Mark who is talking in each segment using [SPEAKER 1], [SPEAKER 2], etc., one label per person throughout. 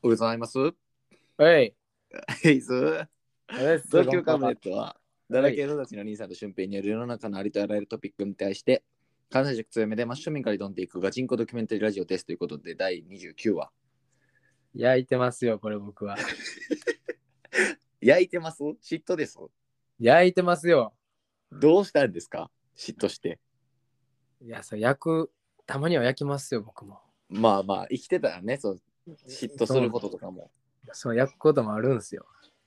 [SPEAKER 1] おはようございます。
[SPEAKER 2] はい。
[SPEAKER 1] ヘイズ。
[SPEAKER 2] です
[SPEAKER 1] 東京カブネットは、だらけのたちの兄さんと俊平による世の中のありとあらゆるトピックに対して、関西塾強めで真正面から挑んでいくガチンコドキュメンタリーラジオですということで、第29話。
[SPEAKER 2] 焼いてますよ、これ僕は。
[SPEAKER 1] 焼いてます嫉妬です。
[SPEAKER 2] 焼いてますよ。
[SPEAKER 1] どうしたんですか嫉妬して。
[SPEAKER 2] いや、そう、焼く、たまには焼きますよ、僕も。
[SPEAKER 1] まあまあ、生きてたらね、そう嫉妬することとかも。
[SPEAKER 2] そう、焼くこともあるんですよ。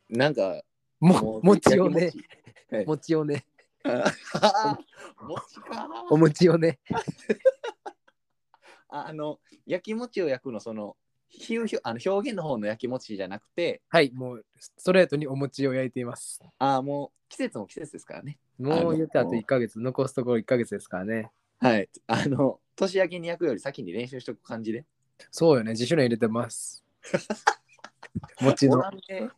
[SPEAKER 1] なんか、
[SPEAKER 2] も、餅をね
[SPEAKER 1] 焼、き餅。
[SPEAKER 2] 餅をね、
[SPEAKER 1] はい餅か。
[SPEAKER 2] お餅をね。
[SPEAKER 1] ああの、焼き餅を焼くの、その、ひゅひゅあの表現の方の焼き餅じゃなくて、
[SPEAKER 2] はい、もう、ストレートにお餅を焼いています。
[SPEAKER 1] ああ、もう季節も季節ですからね。
[SPEAKER 2] もう言ってあと1ヶ月、残すところ1ヶ月ですからね。
[SPEAKER 1] はい。あの、年明けに焼くより先に練習しとく感じで。
[SPEAKER 2] そうよね、自主練入れ てます。餅
[SPEAKER 1] お
[SPEAKER 2] の
[SPEAKER 1] ら。んね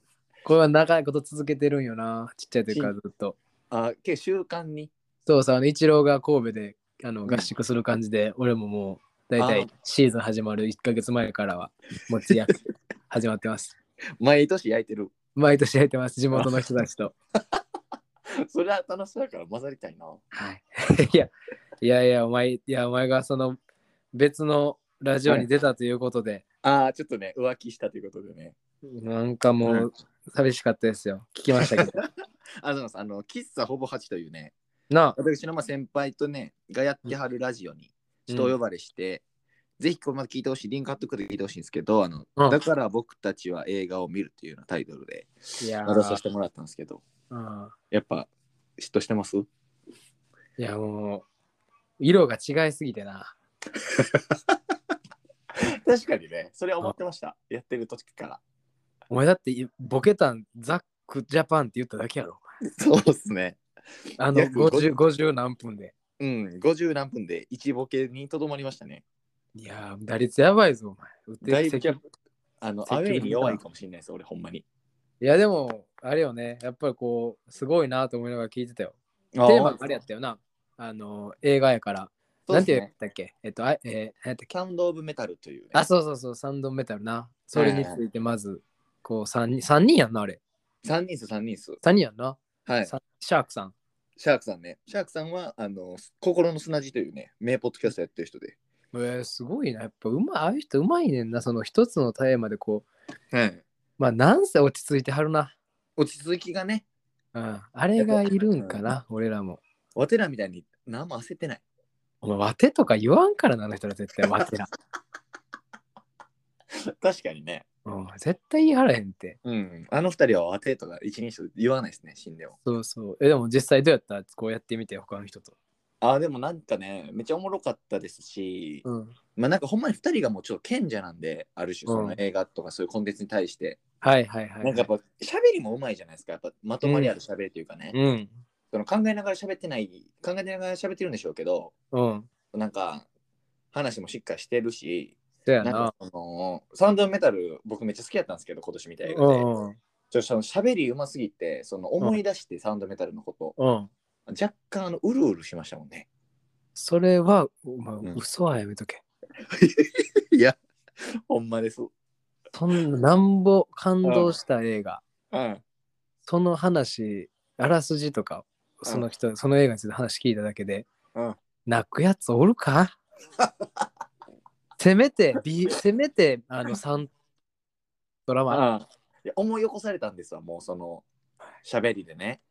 [SPEAKER 2] これは長いこと続けてるんよな、ちっちゃい時からずっと。
[SPEAKER 1] あ、け習慣に。
[SPEAKER 2] そうさ、あの、イチローが神戸であの
[SPEAKER 1] ん
[SPEAKER 2] 合宿する感じで、俺ももう、大
[SPEAKER 1] あ
[SPEAKER 2] 体シーズン始まる1ヶ月前からは、もちや 始まってます。
[SPEAKER 1] 毎年焼いてる。
[SPEAKER 2] 毎年やってます、地元の人た ちと。
[SPEAKER 1] それは楽しそうだから混ざりたいな。
[SPEAKER 2] はい、 いや、いやいや、お前、いや、お前がその、別のラジオに出たということで、
[SPEAKER 1] ああ、ちょっとね、浮気したということでね。
[SPEAKER 2] なんかも
[SPEAKER 1] うん
[SPEAKER 2] う、寂しかったですよ。聞きましたけど。
[SPEAKER 1] あそうなんですあの、喫茶ほぼ8というね、
[SPEAKER 2] なあ、
[SPEAKER 1] 私のまあ先輩とね、がやってはるラジオに 人を呼ばれして、ぜひこれまで聞いてほしい、リンク貼っとくで聞いてほしいんですけど、あの、
[SPEAKER 2] うん
[SPEAKER 1] だから僕たちは映画を見るというようなタイトルで
[SPEAKER 2] いやー、
[SPEAKER 1] やらさせてもらったんですけど、
[SPEAKER 2] うん
[SPEAKER 1] やっぱ嫉妬してます
[SPEAKER 2] いや、もう、色が違いすぎてな。
[SPEAKER 1] 確かに ね、それは思ってました。やってる時から。
[SPEAKER 2] お前だって、いボケたん、ザックジャパンって言っただけやろ。
[SPEAKER 1] そうですね。
[SPEAKER 2] あの
[SPEAKER 1] 約50
[SPEAKER 2] 50、50何分で。
[SPEAKER 1] うん、50何分で1ボケにとどまりましたね。
[SPEAKER 2] いやー、打率やばいぞ、お前。
[SPEAKER 1] だい
[SPEAKER 2] 打っ
[SPEAKER 1] ぶ
[SPEAKER 2] て
[SPEAKER 1] キャ
[SPEAKER 2] い
[SPEAKER 1] ップあの、
[SPEAKER 2] 積
[SPEAKER 1] アウ
[SPEAKER 2] 極
[SPEAKER 1] ェ
[SPEAKER 2] 的だな
[SPEAKER 1] イに弱いかもしれないです、俺、ほんまに。
[SPEAKER 2] や、でも、あれよね、やっぱりこう、すごいなと思いながら聞いてたよ。
[SPEAKER 1] テ
[SPEAKER 2] テーマがあれやったよな。あの、映画やから。なんて
[SPEAKER 1] い
[SPEAKER 2] 言ったっけえっと、あえー、何やったっけ
[SPEAKER 1] サウンド・オブ・メタルというね、
[SPEAKER 2] あ、そうそうそう、サンドメタルな。それについて、まず、こう、3人、三人やんな、あれ。
[SPEAKER 1] 3人数、3人数。
[SPEAKER 2] 3人やんな。
[SPEAKER 1] はい。
[SPEAKER 2] さシャークさん。
[SPEAKER 1] シャークさんね。シャークさんは、あの、心の砂地というね、名ポッドキャストやってる人で。
[SPEAKER 2] えー、すごいな。やっぱ、うまい、ああいう人うまいねんな。その一つのテーマで、こう、
[SPEAKER 1] はい。
[SPEAKER 2] まあ、なんせ落ち着いてはるな。
[SPEAKER 1] 落ち着きがね、
[SPEAKER 2] うん。あれがいるんかな、俺らも。
[SPEAKER 1] わてらみたいに何も焦ってない。
[SPEAKER 2] お前、ワテとか言わんからな、あの人ら絶対、ワテら。
[SPEAKER 1] 確かにね。
[SPEAKER 2] うん、絶対言い張らへんって。
[SPEAKER 1] うん。あの二人はわてとか一人称言わないですね、死んでも。
[SPEAKER 2] そうそう。え、でも実際どうやったこうやってみて、他の人と。
[SPEAKER 1] あでもなんかねめっちゃおもろかったですし、
[SPEAKER 2] うん。
[SPEAKER 1] まあなんかほんまに2人がもうちょっと賢者なんである種そ
[SPEAKER 2] うん
[SPEAKER 1] の映画とかそういうコンテンツに対して、
[SPEAKER 2] はいはいはい。
[SPEAKER 1] なんかやっぱ喋りもうまいじゃないですかやっぱまとまりある喋りというかね、
[SPEAKER 2] うん。
[SPEAKER 1] その考えながら喋ってない考えながら喋ってるんでしょうけど
[SPEAKER 2] うん。
[SPEAKER 1] なんか話もしっかりしてるし
[SPEAKER 2] そうや
[SPEAKER 1] なん
[SPEAKER 2] な
[SPEAKER 1] か。そのサウンドメタル僕めっちゃ好きだったんですけど今年みたいな映
[SPEAKER 2] う
[SPEAKER 1] 画で、
[SPEAKER 2] んうん。
[SPEAKER 1] ちょっとその喋りうますぎてその思い出してサウンドメタルのこと、
[SPEAKER 2] うん。
[SPEAKER 1] 若干あのうるうるしましたもんね
[SPEAKER 2] それは、お前、
[SPEAKER 1] うん
[SPEAKER 2] 嘘はやめとけ。
[SPEAKER 1] いや ほんまです
[SPEAKER 2] そんな、なんぼ感動した映画、
[SPEAKER 1] うん
[SPEAKER 2] その話、あらすじとか、その人、その映画について話聞いただけで、
[SPEAKER 1] うん
[SPEAKER 2] 泣くやつおるか せめて、B、せめて、あの、3ドラマ、
[SPEAKER 1] あいや思い起こされたんですわもうその喋りでね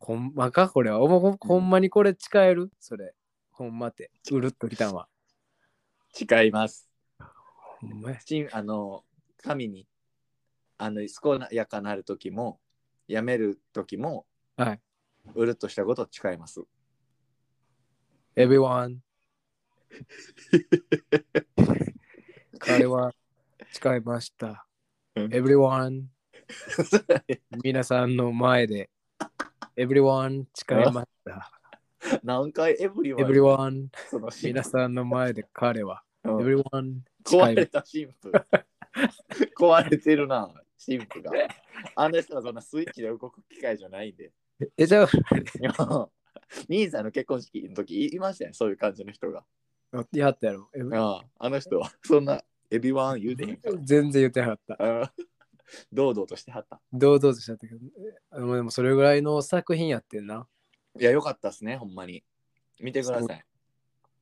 [SPEAKER 2] ほんまかこれはおもほんほんまにこれ誓えるそれ。ほんまって。うるっときたんは。
[SPEAKER 1] 誓います
[SPEAKER 2] ほんまや。
[SPEAKER 1] ちんあの神にあの健やかなる時もやめる時も
[SPEAKER 2] はい。
[SPEAKER 1] うるっとしたことを誓います
[SPEAKER 2] everyone。彼は誓いました。
[SPEAKER 1] うん
[SPEAKER 2] everyone。皆さんの前で。everyone 誓いました。
[SPEAKER 1] 何回エブリワン
[SPEAKER 2] everyone。
[SPEAKER 1] そのシーン
[SPEAKER 2] 皆さんの前で彼は。
[SPEAKER 1] うん
[SPEAKER 2] everyone
[SPEAKER 1] 壊
[SPEAKER 2] 誓
[SPEAKER 1] れ
[SPEAKER 2] い
[SPEAKER 1] た神父 壊れてるな神父があの人はそんなスイッチで動く機会じゃない んで
[SPEAKER 2] え、じゃあ、
[SPEAKER 1] 兄さんの結婚式の時いましたよねそういう感じの人が
[SPEAKER 2] やったやろ。
[SPEAKER 1] あああの人はそんなエビワン言うてへんから。
[SPEAKER 2] 全然言ってなかった。
[SPEAKER 1] あー堂々としてはった。
[SPEAKER 2] 堂々としちゃったけど。あのでもそれぐらいの作品やってんな。
[SPEAKER 1] いや、よかったっすね、ほんまに。見てください。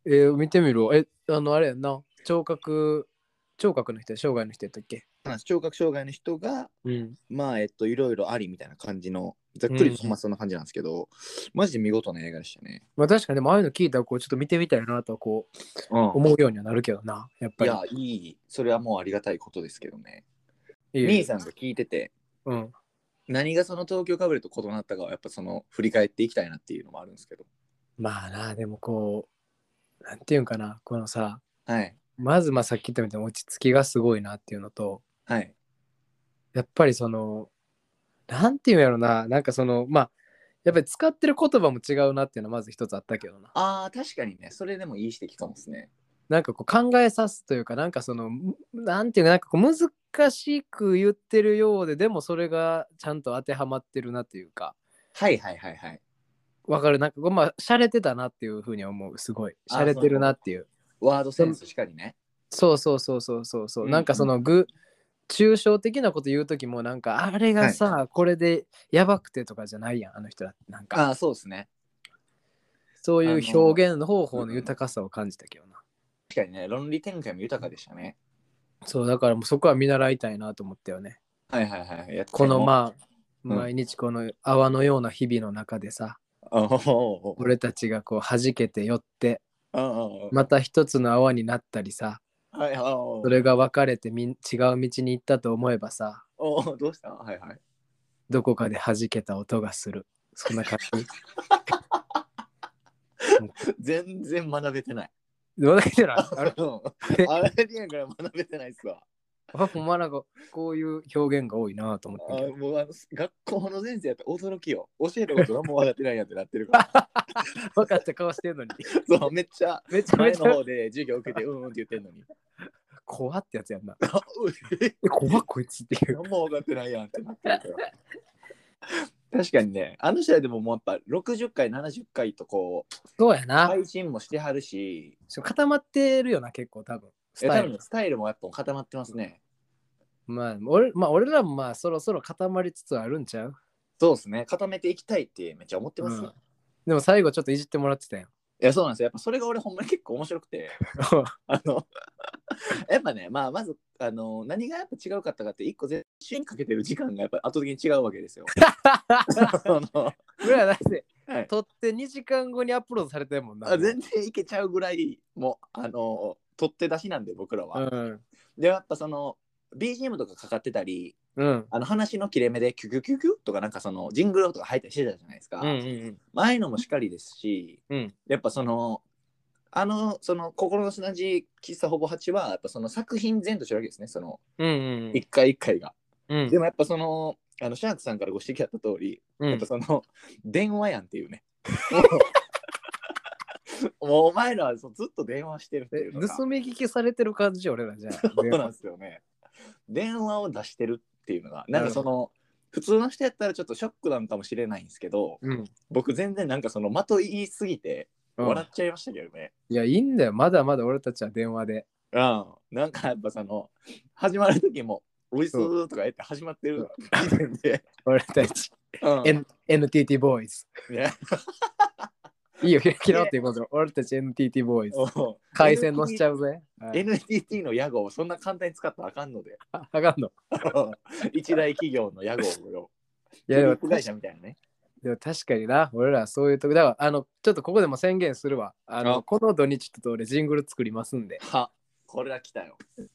[SPEAKER 2] えー見てみろ。え、あの、あれやんな。聴覚、聴覚の人、障害の人やったっけ
[SPEAKER 1] まあ聴覚障害の人が、
[SPEAKER 2] うん。
[SPEAKER 1] まあ、えっと、いろいろありみたいな感じの、ざっくり
[SPEAKER 2] うん
[SPEAKER 1] ほんまそんな感じなんですけど、マジで見事な映画でしたね。
[SPEAKER 2] まあ確かに、でもああいうの聞いたら、こう、ちょっと見てみたいなとはこう、
[SPEAKER 1] うん。
[SPEAKER 2] 思うようにはなるけどな。やっぱ
[SPEAKER 1] い
[SPEAKER 2] り。
[SPEAKER 1] や、いい、それはもうありがたいことですけどね。
[SPEAKER 2] いいよ
[SPEAKER 1] 兄さんが聞いてて、
[SPEAKER 2] うん。
[SPEAKER 1] 何がその東京かぶれと異なったかは、やっぱその、振り返っていきたいなっていうのもあるんですけど。
[SPEAKER 2] まあな、でもこう、なんていうんかな、このさ、
[SPEAKER 1] はい。
[SPEAKER 2] まずまあさっき言ったみたいに落ち着きがすごいなっていうのと、
[SPEAKER 1] はい。
[SPEAKER 2] やっぱりその、なんていうんやろな、なんかその、まあ、やっぱり使ってる言葉も違うなっていうのはまず一つあったけどな。
[SPEAKER 1] ああ、確かにね、それでもいい指摘かもですね。
[SPEAKER 2] なんかこう考えさすというか、なんかその、むなんていうか、なんかこう難しく言ってるようで、でもそれがちゃんと当てはまってるなというか、
[SPEAKER 1] はいはいはいはい。
[SPEAKER 2] わかる、なんかこう、まあ、洒落てたなっていうふうに思う、すごい。
[SPEAKER 1] あ
[SPEAKER 2] 洒落てるなっていう。
[SPEAKER 1] ワードセンスしかりね。
[SPEAKER 2] そうそうそうそうそうそう、
[SPEAKER 1] うん
[SPEAKER 2] なんかそのぐ抽象的なこと言う時もなんかあれがさ、これでやばくてとかじゃないやんあの人だなんか
[SPEAKER 1] ああ、そうですね。
[SPEAKER 2] そう
[SPEAKER 1] あ
[SPEAKER 2] いう
[SPEAKER 1] の
[SPEAKER 2] 表現方法の豊かさを感じたけどな、
[SPEAKER 1] 確かにね、論理展開も豊かでしたね。
[SPEAKER 2] そうだからもうそこは見習いたいなと思ったよね
[SPEAKER 1] はいはいはい。やっ
[SPEAKER 2] この
[SPEAKER 1] あ
[SPEAKER 2] まあ
[SPEAKER 1] うん
[SPEAKER 2] 毎日この泡のような日々の中でさ、
[SPEAKER 1] おうおうおう
[SPEAKER 2] 俺たちがこう弾けて寄って
[SPEAKER 1] うんうんうん
[SPEAKER 2] また一つの泡になったりさ
[SPEAKER 1] はいはいおう
[SPEAKER 2] それが分かれてみん違う道に行ったと思えばさ
[SPEAKER 1] おうどうしたはいはい。
[SPEAKER 2] どこかで弾けた音がするそんな感 じ
[SPEAKER 1] 全然学べてない。
[SPEAKER 2] どうだっけな
[SPEAKER 1] あ
[SPEAKER 2] あれ
[SPEAKER 1] れあれやから学べてないっすわ。
[SPEAKER 2] あほんまなんかこういう表現が多いなと思
[SPEAKER 1] あ
[SPEAKER 2] って
[SPEAKER 1] もうあの学校の先生やったら驚きよ。教えることがもう分かってないやんってなってる から。
[SPEAKER 2] 分かった顔してるのに
[SPEAKER 1] そう、めっちゃ
[SPEAKER 2] めちゃめ
[SPEAKER 1] 前
[SPEAKER 2] ち
[SPEAKER 1] の
[SPEAKER 2] ゃ
[SPEAKER 1] 方で授業受けてうんうんって言ってんの に。
[SPEAKER 2] 怖ってやつやんな
[SPEAKER 1] あうえ
[SPEAKER 2] え怖っこいつっていう
[SPEAKER 1] 何も分かってないやんってなってるから。 確かにね、あの試合でももうやっぱ60回、70回とこう、
[SPEAKER 2] そうやな、
[SPEAKER 1] 配信もしてはるし、
[SPEAKER 2] しかも固まってるよな結構多分ス
[SPEAKER 1] え
[SPEAKER 2] タ
[SPEAKER 1] 多
[SPEAKER 2] イル
[SPEAKER 1] 分スタイルもやっぱ固まってますね。
[SPEAKER 2] まあ俺,、まあ、俺らもまあそろそろ固まりつつあるんちゃう
[SPEAKER 1] そうですね、固めていきたいってめっちゃ思ってます。
[SPEAKER 2] うん
[SPEAKER 1] い
[SPEAKER 2] でも最後ちょっといじってもらって たやん
[SPEAKER 1] や、そうなんですよ。やっぱそれが俺ほんまに結構面白くて、 あの、やっぱね、まあ、まず、あの、何がやっぱ違うかったかって、一個全身にかけてる時間がやっぱ圧倒的に違うわけです よ。その
[SPEAKER 2] 俺らだって、
[SPEAKER 1] はい
[SPEAKER 2] 撮って2時間後にアップロードされてるもんな
[SPEAKER 1] あ全然いけちゃうぐらい、もう、あの、取って出しなんで、僕らは。
[SPEAKER 2] うん
[SPEAKER 1] でやっぱその BGM とかかかってたり
[SPEAKER 2] うん
[SPEAKER 1] あの話の切れ目でキュキュキュキュとかなんかそのジングルとか入ったりしてたじゃないですか、
[SPEAKER 2] うんうん
[SPEAKER 1] まあああいうのもしかりですし
[SPEAKER 2] うんうん
[SPEAKER 1] やっぱそのあのその心の砂地喫茶ほぼ8はやっぱその作品全としてるわけですねその
[SPEAKER 2] うん
[SPEAKER 1] 一回一回が、
[SPEAKER 2] うん
[SPEAKER 1] でもやっぱそのあのシャークさんからご指摘あった通り、
[SPEAKER 2] う
[SPEAKER 1] やっ
[SPEAKER 2] ん
[SPEAKER 1] ぱその電話やんっていう ねもうもうお前らはそうずっと電話してるって
[SPEAKER 2] え
[SPEAKER 1] いうのが
[SPEAKER 2] 盗み聞きされてる感じ俺らじゃん。
[SPEAKER 1] そうなんですよね。電話を出してるっていうのが、なんかその、普通の人やったらちょっとショックなんかもしれないんですけど、
[SPEAKER 2] うん。
[SPEAKER 1] 僕全然なんかその的言いすぎて笑っちゃいましたけどね。
[SPEAKER 2] いや、いいんだよ。まだまだ俺たちは電話で。
[SPEAKER 1] うん。なんかやっぱその、始まる時も、おいすーとか言って始まってる時点で、
[SPEAKER 2] 俺たち。
[SPEAKER 1] うん。
[SPEAKER 2] N- NTT ボーイズ。
[SPEAKER 1] ね
[SPEAKER 2] いいよ、嫌っていうこと。俺たち NTT ボーイズ。
[SPEAKER 1] うん
[SPEAKER 2] 回線乗せちゃうぜ。はい
[SPEAKER 1] NTT の屋号をそんな簡単に使ったらあかんので、
[SPEAKER 2] あ あかんの。
[SPEAKER 1] 一大企業の屋号をよ、
[SPEAKER 2] いや
[SPEAKER 1] グ
[SPEAKER 2] でも
[SPEAKER 1] ループ会社みたいなね。
[SPEAKER 2] でも確かにな、俺らそういうとこ。だから、あの、ちょっとここでも宣言するわ。あの、
[SPEAKER 1] あ
[SPEAKER 2] この土日ちょっと俺ジングル作りますんで、ち
[SPEAKER 1] は、これは来たよ。
[SPEAKER 2] ょ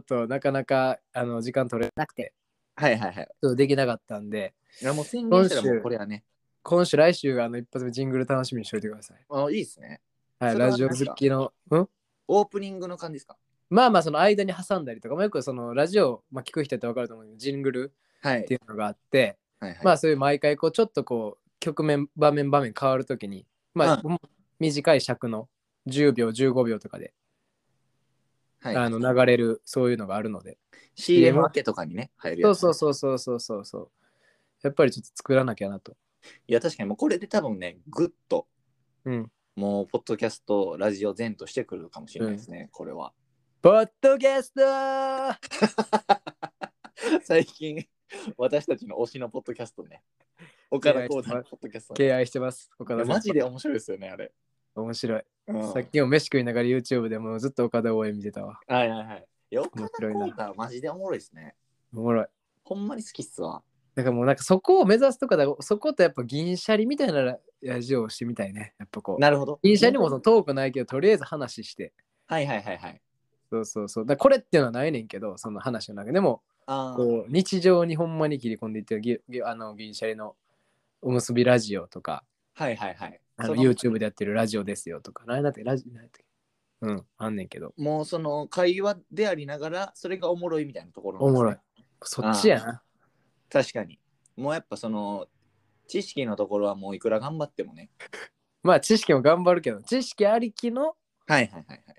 [SPEAKER 2] っとなかなかあの時間取れなくて、
[SPEAKER 1] はいはいはい。
[SPEAKER 2] ちょっとできなかったんで、
[SPEAKER 1] いやもう宣言したらもうこれはね、
[SPEAKER 2] 今週来週あの一発目ジングル楽しみにしといてください。
[SPEAKER 1] あいいですね。
[SPEAKER 2] は
[SPEAKER 1] そ
[SPEAKER 2] い、
[SPEAKER 1] れは
[SPEAKER 2] ラジオ好きの。うん
[SPEAKER 1] オープニングの感じですか
[SPEAKER 2] まあまあその間に挟んだりとか、まあ、よくそのラジオ、まあ、聞く人って分かると思うけどジングル
[SPEAKER 1] はい
[SPEAKER 2] って。いうのがあって、
[SPEAKER 1] はいはい、
[SPEAKER 2] まあそういう毎回こうちょっとこう局面場面場面変わるときに、まあ、短い尺の10秒15秒とかで、
[SPEAKER 1] はい
[SPEAKER 2] あの流れるそういうのがあるので
[SPEAKER 1] CM 明けとかにね、入る
[SPEAKER 2] そ
[SPEAKER 1] や
[SPEAKER 2] う
[SPEAKER 1] つ。
[SPEAKER 2] そうそうそうそうそうそうやっぱりちょっと作らなきゃなと、
[SPEAKER 1] いや、確かにもうこれで多分ね、ぐっと、
[SPEAKER 2] うん、
[SPEAKER 1] もう、ポッドキャスト、ラジオ全としてくるかもしれないですね、これは。
[SPEAKER 2] ポッドキャスト
[SPEAKER 1] 最近、私たちの推しのポッドキャストね。岡田浩太のポッドキャストね、
[SPEAKER 2] 敬愛してます。岡
[SPEAKER 1] いや
[SPEAKER 2] 田
[SPEAKER 1] マジで
[SPEAKER 2] 先
[SPEAKER 1] 面白いですよね、あれ。
[SPEAKER 2] 輩面白い。
[SPEAKER 1] うん
[SPEAKER 2] さっきも飯食いながら YouTube でもうずっと岡田応援見てたわ。
[SPEAKER 1] はいはいはい。いや岡
[SPEAKER 2] 面
[SPEAKER 1] 田
[SPEAKER 2] 白いな
[SPEAKER 1] 浩太はマジでおもろいですね。
[SPEAKER 2] おもろい。
[SPEAKER 1] ほんまに好きっすわ。
[SPEAKER 2] だからもうなんかそこを目指すとかだそことやっぱ銀シャリみたいなラジオをしてみたいね。やっぱこう。
[SPEAKER 1] なるほど。
[SPEAKER 2] 銀シャリもそのトークないけどとりあえず話して。
[SPEAKER 1] はいはいはいはい。
[SPEAKER 2] そうそうそう。だからこれっていうのはないねんけどその話の中ででも
[SPEAKER 1] あー
[SPEAKER 2] こう日常にほんまに切り込んでいってるぎぎあの銀シャリのおむすびラジオとか
[SPEAKER 1] はいはいはい。
[SPEAKER 2] あ
[SPEAKER 1] そ
[SPEAKER 2] の
[SPEAKER 1] の
[SPEAKER 2] YouTube でやってるラジオですよとか。何だってラジオ何だってうんあんねんけど。
[SPEAKER 1] もうその会話でありながら、それがおもろいみたいなところなんで
[SPEAKER 2] お
[SPEAKER 1] すね
[SPEAKER 2] もろい。そっちやな。
[SPEAKER 1] 確かに。もうやっぱその、知識のところはもういくら頑張ってもね。
[SPEAKER 2] まあ知識も頑張るけど知識ありきの
[SPEAKER 1] はいはいはいはい。
[SPEAKER 2] っ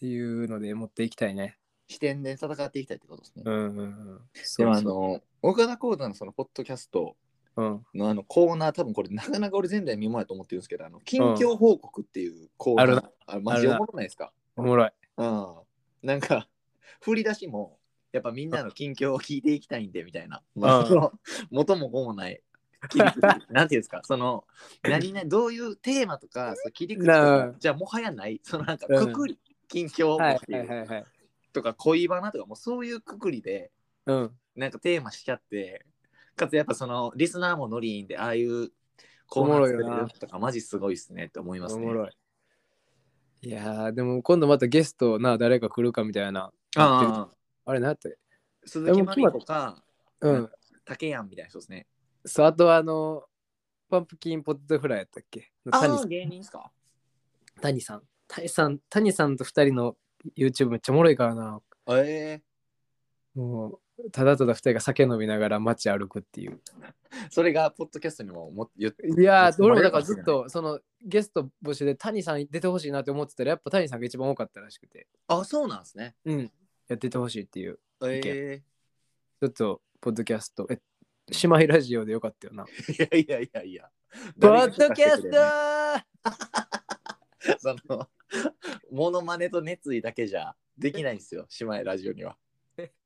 [SPEAKER 2] ていうので持っていきたいね。
[SPEAKER 1] 視点で戦っていきたいってことですね。
[SPEAKER 2] うんうんうん。
[SPEAKER 1] で
[SPEAKER 2] そう
[SPEAKER 1] もあ
[SPEAKER 2] そう
[SPEAKER 1] の、岡田浩太のそのポッドキャスト
[SPEAKER 2] うん、
[SPEAKER 1] のあのコーナー、多分これなかなか俺前代未聞やと思ってるんですけど、あの、近況報告っていうコーナー、
[SPEAKER 2] あるな
[SPEAKER 1] あれマジおもろないですか
[SPEAKER 2] おもろい。
[SPEAKER 1] うん。なんか、振り出しも、やっぱみんなの近況を聞いていきたいんで、みたいな。まあ、その、元も子もない。切り口なんていうんです か、その、何々、どういうテーマとか、その切り口と
[SPEAKER 2] な
[SPEAKER 1] か
[SPEAKER 2] あ、
[SPEAKER 1] じゃあもはやない、そのなんか、
[SPEAKER 2] うん
[SPEAKER 1] くくり、近況
[SPEAKER 2] は
[SPEAKER 1] 報
[SPEAKER 2] い
[SPEAKER 1] 告
[SPEAKER 2] はいはいはい。
[SPEAKER 1] とか、恋バナとか、もうそういうくくりで、
[SPEAKER 2] うん。
[SPEAKER 1] なんかテーマしちゃって、かつやっぱその、リスナーもノリいいんで、ああいう、コーナー作れ
[SPEAKER 2] おもろい
[SPEAKER 1] る
[SPEAKER 2] よな
[SPEAKER 1] とか、マジすごいっすねって思います
[SPEAKER 2] お
[SPEAKER 1] ね。
[SPEAKER 2] もろい。いやーでも今度またゲストな誰か来るかみたいな。
[SPEAKER 1] ああ、
[SPEAKER 2] あれなんやって。
[SPEAKER 1] 鈴木まりとか、
[SPEAKER 2] う
[SPEAKER 1] なん
[SPEAKER 2] ん。
[SPEAKER 1] 竹やんみたいな人ですね。
[SPEAKER 2] そうあとあのパンプキンポテトフライやったっけ
[SPEAKER 1] あ
[SPEAKER 2] 谷
[SPEAKER 1] あ、
[SPEAKER 2] さん
[SPEAKER 1] 芸人ですか
[SPEAKER 2] 谷さん。谷さん谷さんと二人の YouTube めっちゃおもろいからな。
[SPEAKER 1] え
[SPEAKER 2] もうただただ二人が酒飲みながら街歩くっていう。
[SPEAKER 1] えそれがポッドキャストにもも言って
[SPEAKER 2] いやー、
[SPEAKER 1] もら
[SPEAKER 2] 俺も
[SPEAKER 1] え
[SPEAKER 2] だ
[SPEAKER 1] る
[SPEAKER 2] か
[SPEAKER 1] からもしれ
[SPEAKER 2] ず
[SPEAKER 1] ない
[SPEAKER 2] っとそのゲスト募集で谷さん出てほしいなって思ってたらやっぱ谷さんが一番多かったらしくて、
[SPEAKER 1] あそうなんですね
[SPEAKER 2] うん、やっててほしいっていう、
[SPEAKER 1] え
[SPEAKER 2] ちょっとポッドキャスト、え、姉妹ラジオでよかったよな。
[SPEAKER 1] えいやいやいやいや
[SPEAKER 2] ポッドキャスト
[SPEAKER 1] 誰
[SPEAKER 2] ー
[SPEAKER 1] がそのモノマネと熱意だけじゃできないんですよ姉妹ラジオには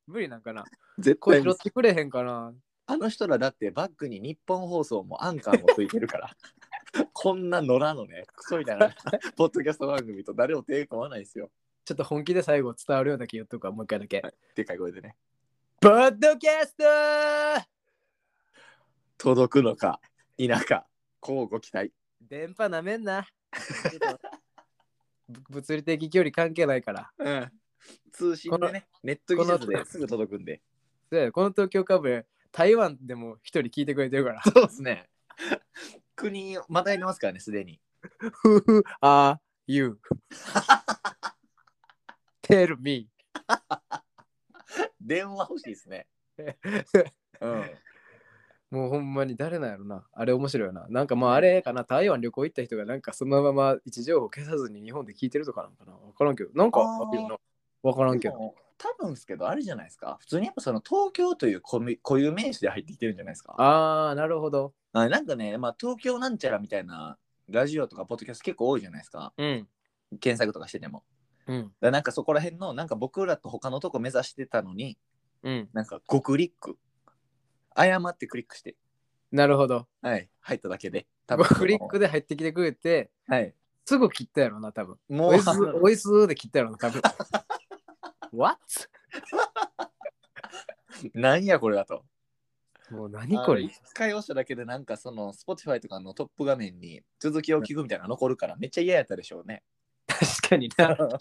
[SPEAKER 2] 無理なんかな
[SPEAKER 1] 絶
[SPEAKER 2] 声
[SPEAKER 1] 対
[SPEAKER 2] 拾ってくれへんかな
[SPEAKER 1] あの人らだってバックに日本放送もアンカーもついてるからこんな野良のねクソみたいなポッドキャスト番組と誰も抵抗はないですよ
[SPEAKER 2] ちょっと本気で最後伝わるようだけ言っとくわ、もう一回だけ。
[SPEAKER 1] でかい声でね
[SPEAKER 2] ポッドキャストー
[SPEAKER 1] 届くのか否かこうご期待
[SPEAKER 2] 電波なめんな。ちょっとぶ物理的距離関係ないから。
[SPEAKER 1] うん通信でねネット技術ですぐ届くんで
[SPEAKER 2] そうやこの東京カブ台湾でも一人聞いてくれてるから。
[SPEAKER 1] そうですね。国をまたいでますからね、すでに。
[SPEAKER 2] Who are you? Tell me.
[SPEAKER 1] 電話欲しいですね。うん。
[SPEAKER 2] もうほんまに誰なんやろな。あれ面白いよな。なんかまああれかな。台湾旅行行った人がなんかそのまま位置情報消さずに日本で聞いてるとかなんかな。わからんけど。なんか
[SPEAKER 1] あー
[SPEAKER 2] あるよな。わからんけ
[SPEAKER 1] で
[SPEAKER 2] ど。
[SPEAKER 1] も多分ですけど、あれじゃないですか。普通にやっぱその東京という固有固有名詞で入ってきてるんじゃないですか。
[SPEAKER 2] あー、なるほど。
[SPEAKER 1] あなんかね、まあ、東京なんちゃらみたいなラジオとかポッドキャスト結構多いじゃないですか。
[SPEAKER 2] うん。
[SPEAKER 1] 検索とかしてても。
[SPEAKER 2] うん。
[SPEAKER 1] だからなんかそこら辺の、なんか僕らと他のとこ目指してたのに、
[SPEAKER 2] うん。
[SPEAKER 1] なんか5クリック。誤ってクリックして、
[SPEAKER 2] なるほど。
[SPEAKER 1] はい、入っただけで。多分
[SPEAKER 2] フリックで入ってきてくれて、
[SPEAKER 1] はい。
[SPEAKER 2] すぐ切ったやろな、多分。
[SPEAKER 1] も
[SPEAKER 2] お
[SPEAKER 1] う
[SPEAKER 2] い、すおいすで切ったやろ な、多分。What?
[SPEAKER 1] なんやこれだと。
[SPEAKER 2] もう何こ
[SPEAKER 1] あの
[SPEAKER 2] れ
[SPEAKER 1] 一回押しただけでなんかその Spotify とかのトップ画面に続きを聞くみたいなの残るからめっちゃ嫌やったでしょうね。
[SPEAKER 2] 確かにな。だか
[SPEAKER 1] ご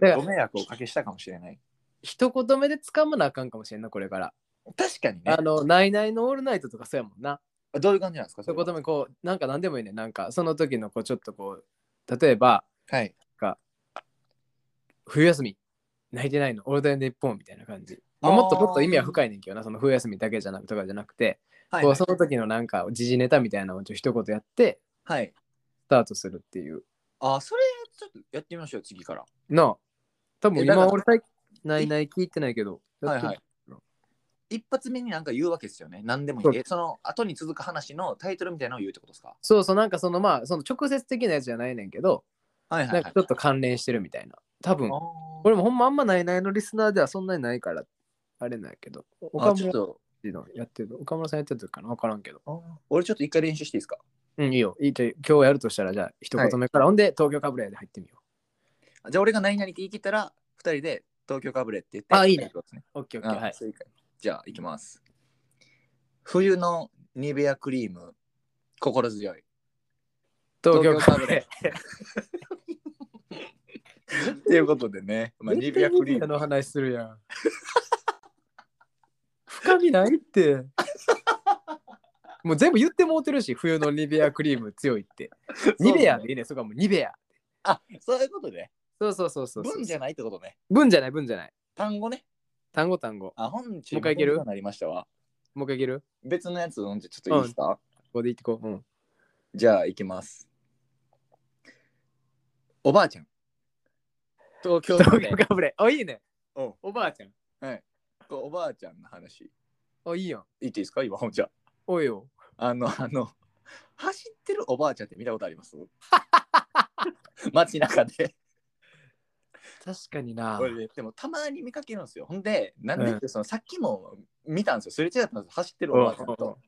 [SPEAKER 2] ら
[SPEAKER 1] 迷惑をおかけしたかもしれない。
[SPEAKER 2] 一言目で掴まなあかんかもしれんな、これから。
[SPEAKER 1] 確かにね
[SPEAKER 2] あ。の、ナイナイのオールナイトとかそうやもんな。
[SPEAKER 1] どういう感じなんですか
[SPEAKER 2] 一
[SPEAKER 1] れは
[SPEAKER 2] 言目、こう、なんか何でもいいね。なんか、その時の、こう、ちょっとこう、例えば、
[SPEAKER 1] はい。
[SPEAKER 2] 冬休み、泣いてないの、オールデンで一本みたいな感じ。まあもっともっと意味は深いねんけどな、その冬休みだけじゃなくとかじゃなくて、
[SPEAKER 1] はい、
[SPEAKER 2] こ
[SPEAKER 1] は
[SPEAKER 2] う
[SPEAKER 1] い
[SPEAKER 2] その時のなんか、時事ネタみたいなのをちょ一言やって、
[SPEAKER 1] はい。
[SPEAKER 2] スタートするっていう。
[SPEAKER 1] あ、それちょっとやってみましょう、次から。
[SPEAKER 2] なあ。多分
[SPEAKER 1] えだか
[SPEAKER 2] 今
[SPEAKER 1] ら
[SPEAKER 2] 俺最近ないない聞いてないけど。
[SPEAKER 1] はい
[SPEAKER 2] やっ
[SPEAKER 1] は
[SPEAKER 2] て
[SPEAKER 1] い。一発目になんか言うわけですよね。何でもい
[SPEAKER 2] そ。
[SPEAKER 1] いうえその後に続く話のタイトルみたいなのを言うってことですか
[SPEAKER 2] そうそう、なんかそのまあ、その直接的なやつじゃないねんけど、
[SPEAKER 1] はいは
[SPEAKER 2] ないん
[SPEAKER 1] は
[SPEAKER 2] か
[SPEAKER 1] い
[SPEAKER 2] ちょ。っと関連してるみたいな。多分
[SPEAKER 1] こ
[SPEAKER 2] 俺もほんまあんまないないのリスナーではそんなにないから、あれなんやけど。岡
[SPEAKER 1] あちょっ
[SPEAKER 2] 村
[SPEAKER 1] と
[SPEAKER 2] のやってる、岡村さんやってる時かなわからんけど。
[SPEAKER 1] 俺ちょっと一回練習していいですか
[SPEAKER 2] うん、いいよ。いいと今日やるとしたら、じゃあ、一言目から、ほんで、東京かぶれで入ってみよ
[SPEAKER 1] じゃあ俺が何々って言い切ったら二人で東京かぶれって言って
[SPEAKER 2] あいいね
[SPEAKER 1] そうですね
[SPEAKER 2] う。オッケーオッケー。は
[SPEAKER 1] あ
[SPEAKER 2] い。
[SPEAKER 1] そういうかじゃあ行きます冬のニベアクリーム心強 い
[SPEAKER 2] 東京か
[SPEAKER 1] 東
[SPEAKER 2] ぶ
[SPEAKER 1] 京
[SPEAKER 2] れ。
[SPEAKER 1] っていうことでね、まあ、ニベアクリーム
[SPEAKER 2] の話するやん。 深みない って。もう全部言ってもうてるし、冬のニベアクリーム強い って。ニベアでいいね、そこはもうニベア。
[SPEAKER 1] あそういうことね
[SPEAKER 2] そうそうそうそうそう。
[SPEAKER 1] 文じゃないってことね
[SPEAKER 2] 文じゃない、文じゃない。
[SPEAKER 1] 単語ね
[SPEAKER 2] 単語単語。
[SPEAKER 1] あ本中
[SPEAKER 2] もう一回いける
[SPEAKER 1] 文になりましたわ
[SPEAKER 2] もう一回いける
[SPEAKER 1] 別のやつうんじゃちょっといいですか、
[SPEAKER 2] ここで行ってこう。うん。
[SPEAKER 1] じゃあ行きますおばあちゃん東京
[SPEAKER 2] 東
[SPEAKER 1] で
[SPEAKER 2] 京かぶれ。あ、いいね。
[SPEAKER 1] うん
[SPEAKER 2] おばあちゃん。
[SPEAKER 1] おばあちゃんの話
[SPEAKER 2] あ、いいやん。
[SPEAKER 1] 言っていいですか今ほんじゃ
[SPEAKER 2] おいよ。
[SPEAKER 1] あのあの走ってるおばあちゃんって見たことあります 街中で
[SPEAKER 2] 確かにな。
[SPEAKER 1] 俺ねでもたまに見かけるんですよほんでなんでってその、さっきも見たんですよすれ違ったんです走ってるおばあちゃんと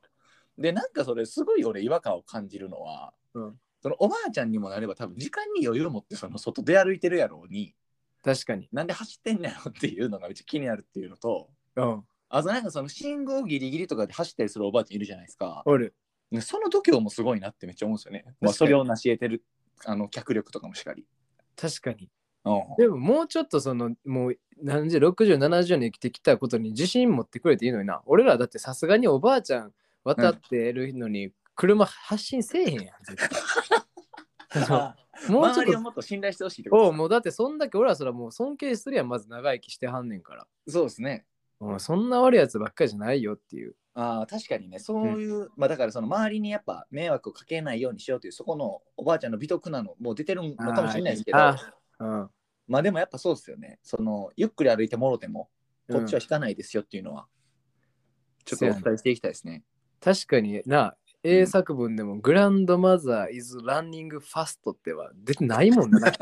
[SPEAKER 1] でなんかそれすごい俺違和感を感じるのは、
[SPEAKER 2] うん
[SPEAKER 1] そのおばあちゃんにもなれば多分時間に余裕を持ってその外出歩いてるやろうに
[SPEAKER 2] 確かに。
[SPEAKER 1] なんで走ってんねやろっていうのがめっちゃ気になるっていうのと
[SPEAKER 2] うん。
[SPEAKER 1] あとなんかその信号ギリギリとかで走ったりするおばあちゃんいるじゃないですか
[SPEAKER 2] おる。
[SPEAKER 1] ねその度胸もすごいなってめっちゃ思うんですよね、まあ、それを成し得てるあの脚力とかもしっかり、
[SPEAKER 2] 確かに。
[SPEAKER 1] うん、
[SPEAKER 2] でももうちょっとその、もう何十、60、70に生きてきたことに自信持ってくれていいのにな。俺らだってさすがにおばあちゃん渡ってるのに車発進せえへんやん。絶対そうもうち
[SPEAKER 1] 周り
[SPEAKER 2] ょ
[SPEAKER 1] を
[SPEAKER 2] っ
[SPEAKER 1] もっと信頼してほしいって
[SPEAKER 2] と。お
[SPEAKER 1] こ
[SPEAKER 2] うもうだってそんだけ俺らそらもう尊敬するやん。まず長生きしてはんねんから。
[SPEAKER 1] とそうですね
[SPEAKER 2] うん、そんな悪いやつばっかりじゃないよっていう。
[SPEAKER 1] あー確かにねそういう、まあだからその周りにやっぱ迷惑をかけないようにしようというそこのおばあちゃんの美徳なのもう出てるのかもしれないですけど
[SPEAKER 2] あーいいうん。
[SPEAKER 1] まあでもやっぱそうですよねそのゆっくり歩いてもろてもこっちは引かないですよっていうのは、ちょっとお伝えしていきたいですね
[SPEAKER 2] 確かにな、英作文でも、グランドマザー is running fast っては出てないも んな。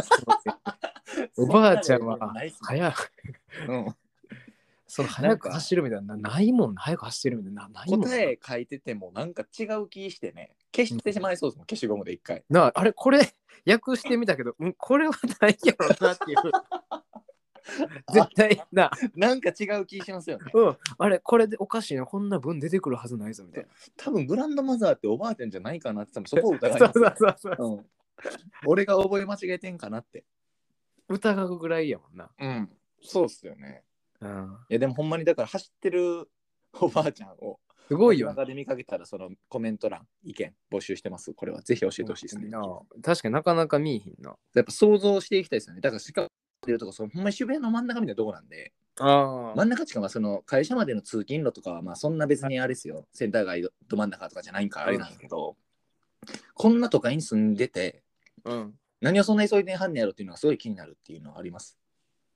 [SPEAKER 2] おばあちゃん は
[SPEAKER 1] そなレベルないっすね
[SPEAKER 2] 早く、その早く
[SPEAKER 1] なんか
[SPEAKER 2] 走るみたいな、ないもんな、早く走ってるみたいな、ない
[SPEAKER 1] うん
[SPEAKER 2] もんな。
[SPEAKER 1] 答え書いててもなんか違う気してね消してしまいそうですもん消しゴムで一 回
[SPEAKER 2] なあ、あれ、これ、訳してみたけど、 うん、これはないやろ なっていう。絶対な、
[SPEAKER 1] なんか違う気します よね。
[SPEAKER 2] うん、あれ、これでおかしいな、こんな文出てくるはずないぞみたい
[SPEAKER 1] 多分グランドマザーっておばあちゃんじゃないかなって多分そこを疑い
[SPEAKER 2] な。
[SPEAKER 1] ます
[SPEAKER 2] そ
[SPEAKER 1] よ
[SPEAKER 2] うそうそうそう。
[SPEAKER 1] うん俺が覚え間違えてんかなって。
[SPEAKER 2] 疑うぐらいやもんな。
[SPEAKER 1] うん。そうっすよね。
[SPEAKER 2] うん、
[SPEAKER 1] いやでもほんまにだから走ってるおばあちゃんを
[SPEAKER 2] すごいよな
[SPEAKER 1] 中で見かけたらそのコメント欄意見募集してます。これはぜひ教えてほしいですね。
[SPEAKER 2] なあ確かになかなか見えへんな。
[SPEAKER 1] やっぱ想像していきたいですよね。だからしかもっていうとこそのほんまに渋谷の真ん中みたいなとこなんで
[SPEAKER 2] あ
[SPEAKER 1] 真ん中地区はその会社までの通勤路とかはまあそんな別にあれですよセンター街ど真ん中とかじゃないからあれなんですけど、こんな都会に住んでて
[SPEAKER 2] うん。
[SPEAKER 1] 何をそんな急いではんねやろっていうのがすごい気になるっていうのはあります。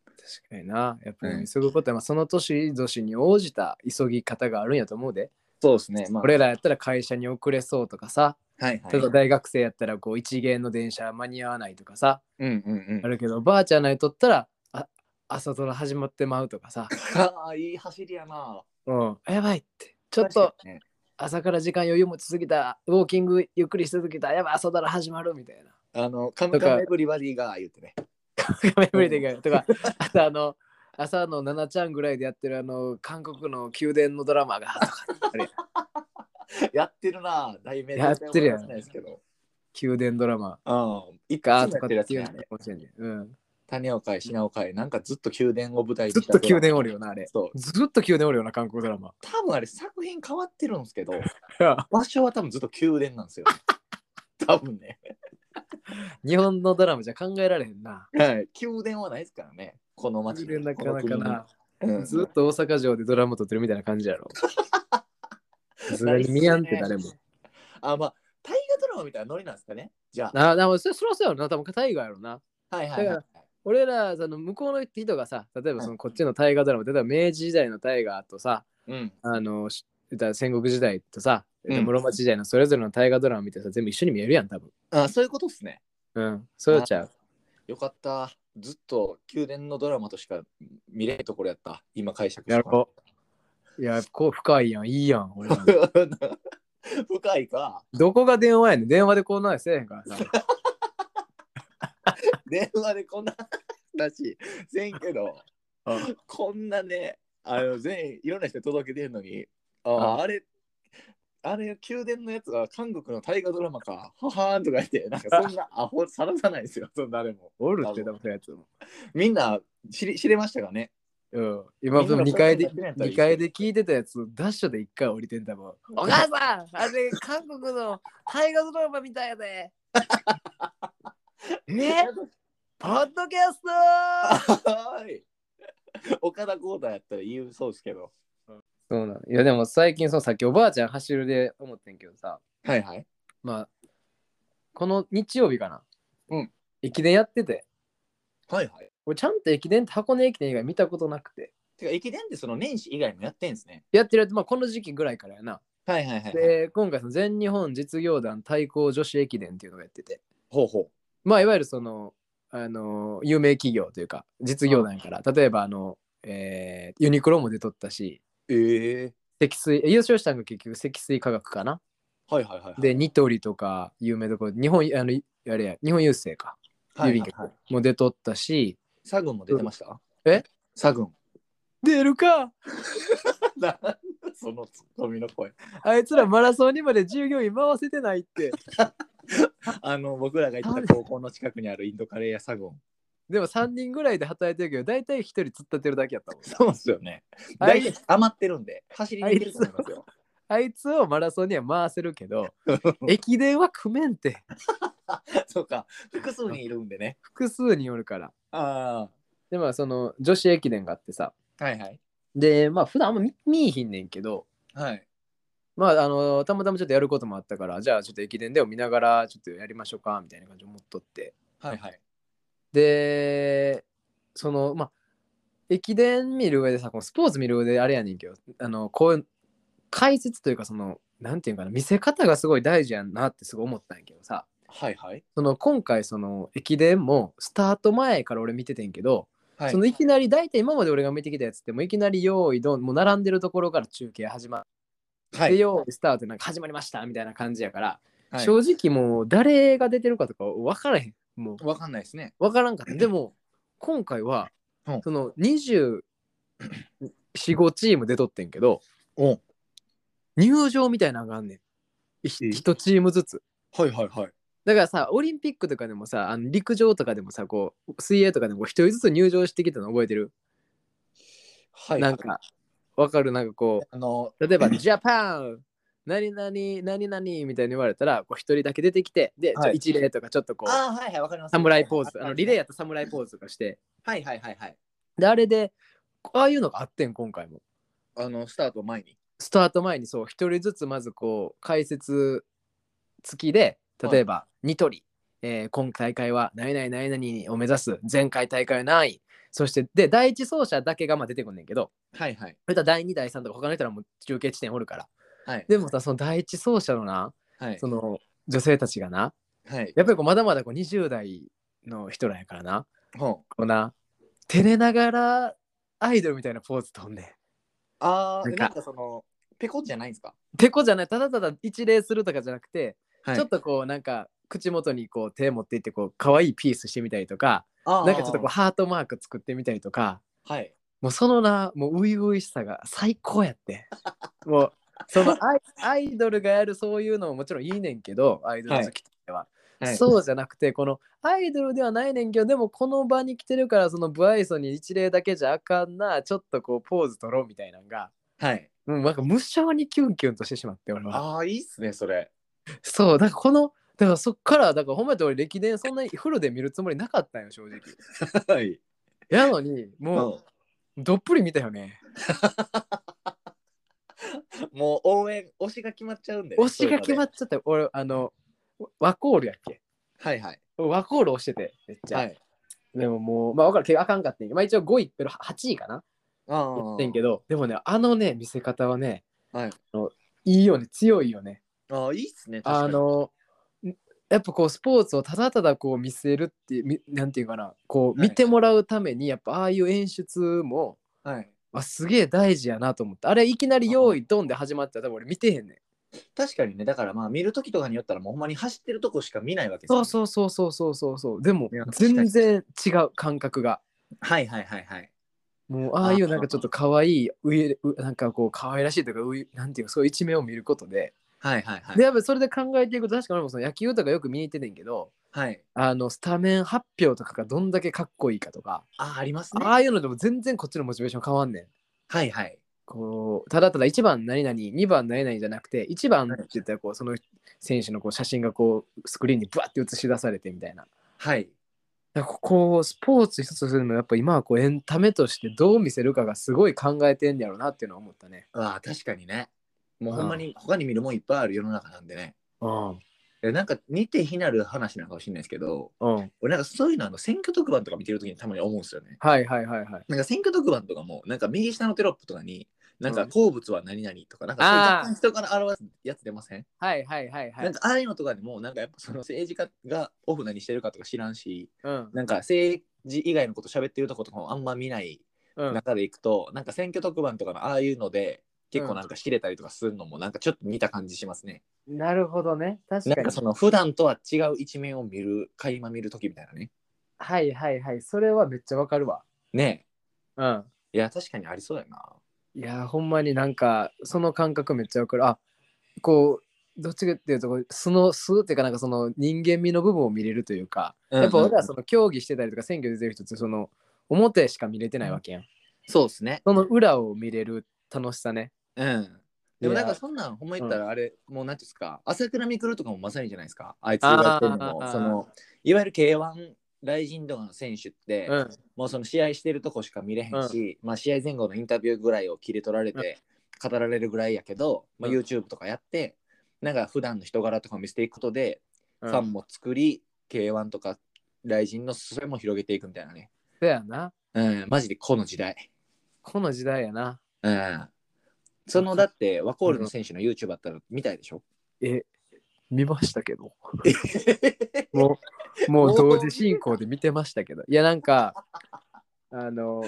[SPEAKER 2] 確かにな。やっぱ
[SPEAKER 1] うん
[SPEAKER 2] り急ぐことは、まあその年々に応じた急ぎ方があるんやと思うで。
[SPEAKER 1] そうですね。まあ、
[SPEAKER 2] 俺らやったら会社に遅れそうとかさ、
[SPEAKER 1] はいはい
[SPEAKER 2] 例えば大学生やったらこう一元の電車間に合わないとかさ、
[SPEAKER 1] うんうんう
[SPEAKER 2] あ
[SPEAKER 1] ん。
[SPEAKER 2] るけど、ばあちゃんないとったら、あ朝ドラ始まってまうとかさ、
[SPEAKER 1] ああ、いい走りやな。
[SPEAKER 2] うん、やばいって。ちょっと朝から時間余裕持ちすぎた、ウォーキングゆっくりしすぎた、やばい朝ドラ始まるみたいな。
[SPEAKER 1] あの、カムカムエブリバディが言ってね。
[SPEAKER 2] 画面ぶれてくるとか、あとあの、朝の7ちゃんぐらいでやってるあの、韓国の宮殿のドラマが とか、
[SPEAKER 1] やってるな、題名
[SPEAKER 2] やってるや
[SPEAKER 1] 全然思い出
[SPEAKER 2] ん
[SPEAKER 1] せないですけど。
[SPEAKER 2] 宮殿ドラマ
[SPEAKER 1] うん。一
[SPEAKER 2] が
[SPEAKER 1] 回
[SPEAKER 2] と
[SPEAKER 1] と
[SPEAKER 2] か
[SPEAKER 1] か
[SPEAKER 2] っ
[SPEAKER 1] ってて
[SPEAKER 2] い
[SPEAKER 1] る
[SPEAKER 2] う
[SPEAKER 1] やつ
[SPEAKER 2] の
[SPEAKER 1] ね
[SPEAKER 2] か。もしれない。うん、
[SPEAKER 1] 種を会、品を会、なんかずっと宮殿を舞台に
[SPEAKER 2] ずっ
[SPEAKER 1] した
[SPEAKER 2] と宮殿おるよな、あれ。
[SPEAKER 1] そう。
[SPEAKER 2] ずっと宮殿おるよな、韓国ドラマ。
[SPEAKER 1] 多分あれ作品変わってるんですけ ど、場所は多分ずっと宮殿なんですよ。 多分ね。
[SPEAKER 2] 日本のドラマじゃ考えられへんな。
[SPEAKER 1] はい。宮殿はないですからね。この町
[SPEAKER 2] 宮
[SPEAKER 1] に。
[SPEAKER 2] 殿なか
[SPEAKER 1] こ
[SPEAKER 2] なかな。
[SPEAKER 1] の国に。うん、
[SPEAKER 2] ずっと大阪城でドラマ撮ってるみたいな感じやろ。さすがに見やんって誰も。
[SPEAKER 1] あ、まあ、大河ドラマみたいなノリなんですかね。じゃあ。
[SPEAKER 2] あ、でもそれそらそうやろな、多分タイガーやろな。
[SPEAKER 1] はいはいはい
[SPEAKER 2] だ。俺ら、その向こうの人がさ、例えばそのこっちの大河ドラマ、例えば明治時代の大河とさ、
[SPEAKER 1] うん。
[SPEAKER 2] あの、し言ったら戦国時代とさ、言った
[SPEAKER 1] うん
[SPEAKER 2] ら室町時代のそれぞれの大河ドラマ見てさ、全部一緒に見えるやん、多分。
[SPEAKER 1] あ、そういうことっすね。
[SPEAKER 2] うん、そうちゃう。
[SPEAKER 1] よかった。ずっと宮殿のドラマとしか見れないところやった。今解釈
[SPEAKER 2] や
[SPEAKER 1] し
[SPEAKER 2] ろう。いや、こう深いやん。いいやん。俺らの
[SPEAKER 1] た 深いか。
[SPEAKER 2] どこが電話やねん。電話でこんなんせえへんからさ。
[SPEAKER 1] 電話でこんな話せんけど、こんなね、あの全員いろんな人に届けてんのに、あ
[SPEAKER 2] あ
[SPEAKER 1] あれ、あれ、宮殿のやつが韓国の大河ドラマか、ははーんとか言って、なんかそんなアホさらさないですよ、 そんな誰も。
[SPEAKER 2] おるって、だからやつも。
[SPEAKER 1] みんな知り知れましたかね
[SPEAKER 2] うん。今、その2階で
[SPEAKER 1] みんな、こんなんやってるやん
[SPEAKER 2] 二階で聞いてたやつ、ダッシュで1回降りてんだもん。お母さんあれ、韓国の大河ドラマみたいやで。えポッドキャスト
[SPEAKER 1] はーい岡田剛太やったら言うそうですけど。
[SPEAKER 2] そうなん。いや、でも最近、そのさっきおばあちゃん走るで思ってんけどさ。
[SPEAKER 1] はいはい。
[SPEAKER 2] まあ、この日曜日かな。
[SPEAKER 1] うん。
[SPEAKER 2] 駅伝やってて。
[SPEAKER 1] はいはい。
[SPEAKER 2] 俺、ちゃんと駅伝って箱根駅伝以外見たことなくて。
[SPEAKER 1] てか、駅伝ってその年始以外もやってんですね。
[SPEAKER 2] やってるやつ、まあ、この時期ぐらいからやな。
[SPEAKER 1] はいはいはい、はい。
[SPEAKER 2] で、今回、その全日本実業団対抗女子駅伝っていうのがやってて。
[SPEAKER 1] ほうほ
[SPEAKER 2] まあ、いわゆるその、あの、有名企業というか、実業団から、例えば、あの、えーユニクロも出とったし、
[SPEAKER 1] う。ええ
[SPEAKER 2] 積水、優勝したのが結局積水化学かな。
[SPEAKER 1] はいはいはいはい。
[SPEAKER 2] で、ニトリとか、有名どころ、日本、あの、あれや、日本郵政か、
[SPEAKER 1] はい
[SPEAKER 2] 郵
[SPEAKER 1] はい
[SPEAKER 2] 便
[SPEAKER 1] はい
[SPEAKER 2] 局も出とったし、
[SPEAKER 1] サグンも出てました
[SPEAKER 2] え
[SPEAKER 1] サグン。
[SPEAKER 2] 出る
[SPEAKER 1] な
[SPEAKER 2] か
[SPEAKER 1] んだそのツッコミの声。
[SPEAKER 2] あいつらマラソンにまで従業員回せてないって。
[SPEAKER 1] あの、僕らが行ってた高校の近くにあるインドカレー屋サグン。
[SPEAKER 2] でも3人ぐらいで働いてるけど、大体1人突っ立てるだけやったもん。
[SPEAKER 1] そうっすよね。
[SPEAKER 2] あ
[SPEAKER 1] 大
[SPEAKER 2] い
[SPEAKER 1] 体余ってるんで、走りに行けると思いますよ。
[SPEAKER 2] あいつをマラソンには回せるけど、駅伝は組めんて。
[SPEAKER 1] そうか、複数人いるんでね。
[SPEAKER 2] 複数によるから。
[SPEAKER 1] あ
[SPEAKER 2] で、まあその女子駅伝があってさ。
[SPEAKER 1] あ、はいはい。
[SPEAKER 2] で、まあ普段あんま見見いひんねんけど、
[SPEAKER 1] はい。
[SPEAKER 2] まああの、たまたまちょっとやることもあったから、じゃあちょっと駅伝でを見ながらちょっとやりましょうか、みたいな感じで思っとって。
[SPEAKER 1] はいはい。
[SPEAKER 2] で、その、まあ、駅伝見る上でさ、このスポーツ見る上であれやねんけど、あの、こう、解説というか、その、なんていうんかな、見せ方がすごい大事やんなってすごい思ったんやけどさ、
[SPEAKER 1] はいはい。
[SPEAKER 2] その、今回、その、駅伝も、スタート前から俺見ててんけど、
[SPEAKER 1] はい
[SPEAKER 2] その、いきなり、大体今まで俺が見てきたやつって、もういきなり、用意どん、もう並んでるところから中継始まっ
[SPEAKER 1] は
[SPEAKER 2] て、
[SPEAKER 1] い
[SPEAKER 2] 用意スタートなんか始まりましたみたいな感じやから、
[SPEAKER 1] はい
[SPEAKER 2] 正直もう、誰が出てるかとか分からへん。もう、
[SPEAKER 1] わかんないですね。
[SPEAKER 2] わからん かった。でも、今回は
[SPEAKER 1] うん、
[SPEAKER 2] その24、5チーム出とってんけど、
[SPEAKER 1] おん。
[SPEAKER 2] 入場みたいなのがあんねん。
[SPEAKER 1] え
[SPEAKER 2] 1チームずつ。
[SPEAKER 1] はいはいはい。
[SPEAKER 2] だからさ、オリンピックとかでもさ、あの陸上とかでもさ、こう、水泳とかでも1人ずつ入場してきたの覚えてる、
[SPEAKER 1] はい、
[SPEAKER 2] なんか、わかるなんかこ
[SPEAKER 1] あの、
[SPEAKER 2] う、例 えば、ジャパン何々、何々みたいに言われたら、こう、1人だけ出てきて、で、ちょ
[SPEAKER 1] はい
[SPEAKER 2] 一礼とかちょっとこう、
[SPEAKER 1] ああ、はいはい、わかります。
[SPEAKER 2] 侍ポーズ、あのリレーや
[SPEAKER 1] ー。
[SPEAKER 2] ったら侍ポーズとかして、
[SPEAKER 1] はいはいはいはい。
[SPEAKER 2] で、あれで、ああいうのがあってん、今回も。
[SPEAKER 1] あの、スタート前に。
[SPEAKER 2] スタート前にそう一人ずつまずこう解説付きで例えばニトリ、えー今大会は何々何々を目指す前回大会は何位そしてで第一走者だけがまあ出てくんねんけど
[SPEAKER 1] はいはい。
[SPEAKER 2] それと第2第3とか他の人らも中継地点おるから
[SPEAKER 1] はい。
[SPEAKER 2] でもさその第一走者のな
[SPEAKER 1] はい
[SPEAKER 2] そ。の女性たちがな
[SPEAKER 1] はい。
[SPEAKER 2] やっぱりこうまだまだこう20代の人らやからな
[SPEAKER 1] ほう
[SPEAKER 2] こうな照れながらアイドルみたいなポーズとんねん。
[SPEAKER 1] ああ、
[SPEAKER 2] なんか
[SPEAKER 1] なんかその、ペコじゃないんですか。
[SPEAKER 2] てこじゃないただただ一礼するとかじゃなくて
[SPEAKER 1] は
[SPEAKER 2] ちょっとこうなんか口元にこう手持っていってこう可愛いピースしてみたりとか
[SPEAKER 1] と
[SPEAKER 2] なんかちょっとこうハートマーク作ってみたりとか
[SPEAKER 1] はい。
[SPEAKER 2] もうそのなもう初々しさが最高やってもうそのアイアイドルがやるそういうのももちろんいいねんけどアイドル好きとしては、
[SPEAKER 1] はい、
[SPEAKER 2] そうじゃなくてこのアイドルではないねんけどでもこの場に来てるからその不愛想に一礼だけじゃあかんなちょっとこうポーズ取ろうみたいなのが。
[SPEAKER 1] はい。
[SPEAKER 2] もうなんか無性にキュンキュンとしてしまって俺は
[SPEAKER 1] ああ、いいっすね、それ。
[SPEAKER 2] そう、だからこの、だからそっから、だからほんまやったら俺、歴伝そんなにフルで見るつもりなかったんよ、正直。
[SPEAKER 1] はい。
[SPEAKER 2] やのに、
[SPEAKER 1] う
[SPEAKER 2] も
[SPEAKER 1] ん
[SPEAKER 2] う、どっぷり見たよね。
[SPEAKER 1] もう応援、推しが決まっちゃうんで、ね。
[SPEAKER 2] 推しが決ま
[SPEAKER 1] っ
[SPEAKER 2] っちゃったよ。俺、あの、ワコールやっけ
[SPEAKER 1] はいはい。
[SPEAKER 2] ワコール押してて、めっちゃ。
[SPEAKER 1] はい。
[SPEAKER 2] でももう、まあ、わかるけど、あかんかったんやけどまあ、一応5位、けど8位かな。
[SPEAKER 1] あ
[SPEAKER 2] や
[SPEAKER 1] あ。
[SPEAKER 2] ってんけど、でもね、あのね、見せ方はね、
[SPEAKER 1] はい
[SPEAKER 2] あのいいよね、強いよね。
[SPEAKER 1] ああ、いいっすね、確か
[SPEAKER 2] あ
[SPEAKER 1] に。
[SPEAKER 2] の、んやっぱこうスポーツをただただこう見据えるってみなんていうかなこう
[SPEAKER 1] はい
[SPEAKER 2] 見てもらうためにやっぱああいう演出も
[SPEAKER 1] はい。
[SPEAKER 2] あすげえ大事やなと思ってあれいきなり「用意ドン」で始まったら多分俺見てへんねん
[SPEAKER 1] 確かにね、だからまあ見るときとかによったら、もうほんまに走ってるとこしか見ないわけですよ
[SPEAKER 2] そ
[SPEAKER 1] ね
[SPEAKER 2] うそうそうそうそうそうそうでも
[SPEAKER 1] いや
[SPEAKER 2] 全然違う感覚が
[SPEAKER 1] はいはいはいはい。
[SPEAKER 2] もうああいうなんかちょっと可愛いうえうなんかこう可愛らしいというかういなんていうかそういう一面を見ることで
[SPEAKER 1] はいはいはい。
[SPEAKER 2] でやっぱりそれで考えていくと確かに俺もその野球とかよく見に行ってんねんけど
[SPEAKER 1] はい。
[SPEAKER 2] あのスタメン発表とかがどんだけかっこいいかとか
[SPEAKER 1] あ、ありますね。
[SPEAKER 2] ああいうのでも全然こっちのモチベーション変わんねん。
[SPEAKER 1] はいはい。
[SPEAKER 2] こうただただ1番何々2番何々じゃなくて1番っ
[SPEAKER 1] はい
[SPEAKER 2] て言ったらこうその選手のこう写真がこうスクリーンにブワッて映し出されてみたいな。
[SPEAKER 1] はい。
[SPEAKER 2] なんかこうスポーツ一つするのもやっぱ今はこうエンタメとしてどう見せるかがすごい考えてんやろうなっていうのは思ったね。
[SPEAKER 1] ああ、確かにね。もうほんまに他に見るもんいっぱいある世の中なんでね。
[SPEAKER 2] うん。
[SPEAKER 1] でなんか似て非なる話なのかもしれないですけど、
[SPEAKER 2] うん。
[SPEAKER 1] 俺なんかそういうのあの選挙特番とか見てるときにたまに思うんですよね。
[SPEAKER 2] はいはいはいはい。
[SPEAKER 1] なんか選挙特番とかも、なんか右下のテロップとかに、なん
[SPEAKER 2] う
[SPEAKER 1] か
[SPEAKER 2] ん
[SPEAKER 1] 好物は何々とか、なんかそういう若干人から表すやつ出ません、
[SPEAKER 2] はいはいはいは
[SPEAKER 1] ないん。かああいうのとかでも、なんかやっぱその政治家がオフ何してるかとか知らんし、
[SPEAKER 2] うん。
[SPEAKER 1] なんか政治以外のこと喋ってるとことかもあんま見ない
[SPEAKER 2] うん。
[SPEAKER 1] 中でいくと、なんか選挙特番とかのああいうので結構なんか知れたりとかするのもなんかちょっと似た感じしますね。
[SPEAKER 2] なるほどね。確
[SPEAKER 1] な
[SPEAKER 2] か
[SPEAKER 1] ん
[SPEAKER 2] に
[SPEAKER 1] か。その普段とは違う一面を見る垣間見る時みたいなね。
[SPEAKER 2] はいはいはい。それはめっちゃわかるわ。
[SPEAKER 1] ね
[SPEAKER 2] うん。
[SPEAKER 1] えいや確かにありそうやな。
[SPEAKER 2] いやーほんまになんかその感覚めっちゃわかる。あこうどっちかっていうとこう素の素っていうかなんかその人間味の部分を見れるというか、やっぱ俺らその競技してたりとか選挙出てる人ってその表しか見れてないわけやん。
[SPEAKER 1] そうですね。
[SPEAKER 2] その裏を見れる楽しさね。
[SPEAKER 1] うん。でもなん
[SPEAKER 2] い
[SPEAKER 1] か
[SPEAKER 2] や
[SPEAKER 1] そんなんほんま言ったらあれ、もうなんていうんですか朝倉未来とかもまさにじゃないですかあいつ
[SPEAKER 2] あー
[SPEAKER 1] がやってるのもそのいわゆる K1 大臣とかの選手って、
[SPEAKER 2] うん
[SPEAKER 1] もうその試合してるとこしか見れへんし、まあ試合前後のインタビューぐらいを切り取られて語られるぐらいやけど、まあ、
[SPEAKER 2] うん
[SPEAKER 1] YouTube とかやってなんか普段の人柄とかを見せていくことで、
[SPEAKER 2] うん。
[SPEAKER 1] ファンも作り K1 とか大臣の裾も広げていくみたいなね、
[SPEAKER 2] そやな。
[SPEAKER 1] うん、マジでこの時代、
[SPEAKER 2] この時代やな。
[SPEAKER 1] うん、そのだってワコールの選手の YouTube あったら見たいでしょ、
[SPEAKER 2] え、見ましたけど。もう、もう同時進行で見てましたけど。いや、なんか、あの、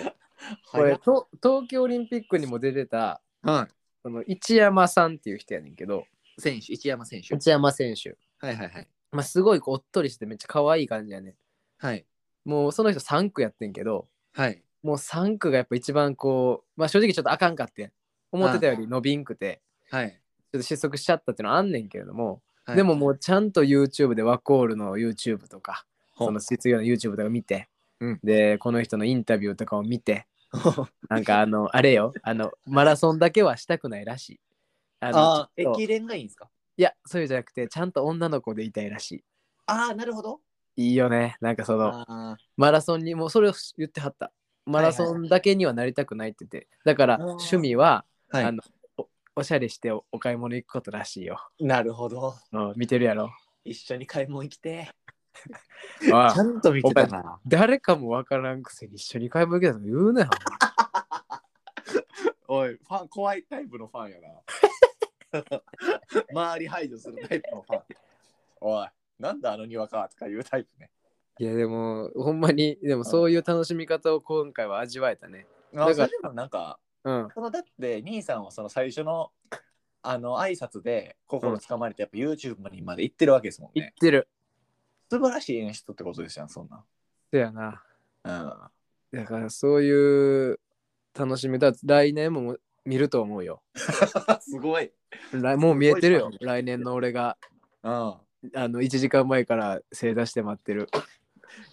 [SPEAKER 2] こ
[SPEAKER 1] は
[SPEAKER 2] れ、
[SPEAKER 1] い
[SPEAKER 2] と東京オリンピックにも出てた、
[SPEAKER 1] は
[SPEAKER 2] その一山さんっていう人やねんけど、
[SPEAKER 1] い、選手一山選手
[SPEAKER 2] 一山選手。
[SPEAKER 1] はいはいはい
[SPEAKER 2] まあ、すごいこうおっとりしてめっちゃ可愛い感じやね
[SPEAKER 1] はい
[SPEAKER 2] ん。もうその人3区やってんけど、
[SPEAKER 1] はい
[SPEAKER 2] もう3区がやっぱ一番こう、まあ正直ちょっとあかんかってん。思ってたより伸びんくて、
[SPEAKER 1] はい、
[SPEAKER 2] ちょっと失速しちゃったっていうのはあんねんけれども、
[SPEAKER 1] はい、
[SPEAKER 2] でも もうちゃんと YouTube でワコールの YouTube とか、
[SPEAKER 1] ほう
[SPEAKER 2] その失業の YouTube とか見て、
[SPEAKER 1] うん
[SPEAKER 2] で、この人のインタビューとかを見て、なんかあの、あれよ、あの、マラソンだけはしたくないらしい。あの
[SPEAKER 1] ああ
[SPEAKER 2] ちょっと
[SPEAKER 1] 駅伝がいいんですか
[SPEAKER 2] いや、そういうじゃなくて、ちゃんと女の子でいたいらし
[SPEAKER 1] ああなるほど
[SPEAKER 2] い。いいよね。なんかその、
[SPEAKER 1] ああ
[SPEAKER 2] マラソンにもうそれを言ってはった。マラソンだけにはなりたくないって言って、だから
[SPEAKER 1] あー
[SPEAKER 2] 趣味は
[SPEAKER 1] はい、
[SPEAKER 2] あのおおしゃれしておお買い物行くことらしいよ。
[SPEAKER 1] なるほど。
[SPEAKER 2] うん、見てるやろ。
[SPEAKER 1] 一緒に買い物行きて。
[SPEAKER 2] おい
[SPEAKER 1] ちゃんと見てたな。
[SPEAKER 2] 誰かもわからんくせに一緒に買い物行けたとか言うなよ。
[SPEAKER 1] おい、ファン、怖いタイプのファンやな。 周り排除するタイプのファン。おい、なんだあのにわかとかいうタイプね。
[SPEAKER 2] いやでもほんまにでもそういう楽しみ方を今回は味わえたね。
[SPEAKER 1] あ
[SPEAKER 2] だ
[SPEAKER 1] だか
[SPEAKER 2] か
[SPEAKER 1] ららもなんか、
[SPEAKER 2] うん。
[SPEAKER 1] そのだって、兄さんはその最初の、あの、挨拶で心つかまれて、やっぱ YouTube にまで行ってるわけですもん
[SPEAKER 2] 言っ
[SPEAKER 1] ね。
[SPEAKER 2] てる。
[SPEAKER 1] 素晴らしい演出ってことですよ、そんな。
[SPEAKER 2] そやな。
[SPEAKER 1] うん。
[SPEAKER 2] だからそういう楽しみだ。来年も見ると思うよ。
[SPEAKER 1] すごい。
[SPEAKER 2] 来もう見えてるよ
[SPEAKER 1] す。ごい
[SPEAKER 2] 来年の俺が
[SPEAKER 1] うん。
[SPEAKER 2] あの1時間前から正座して待ってる。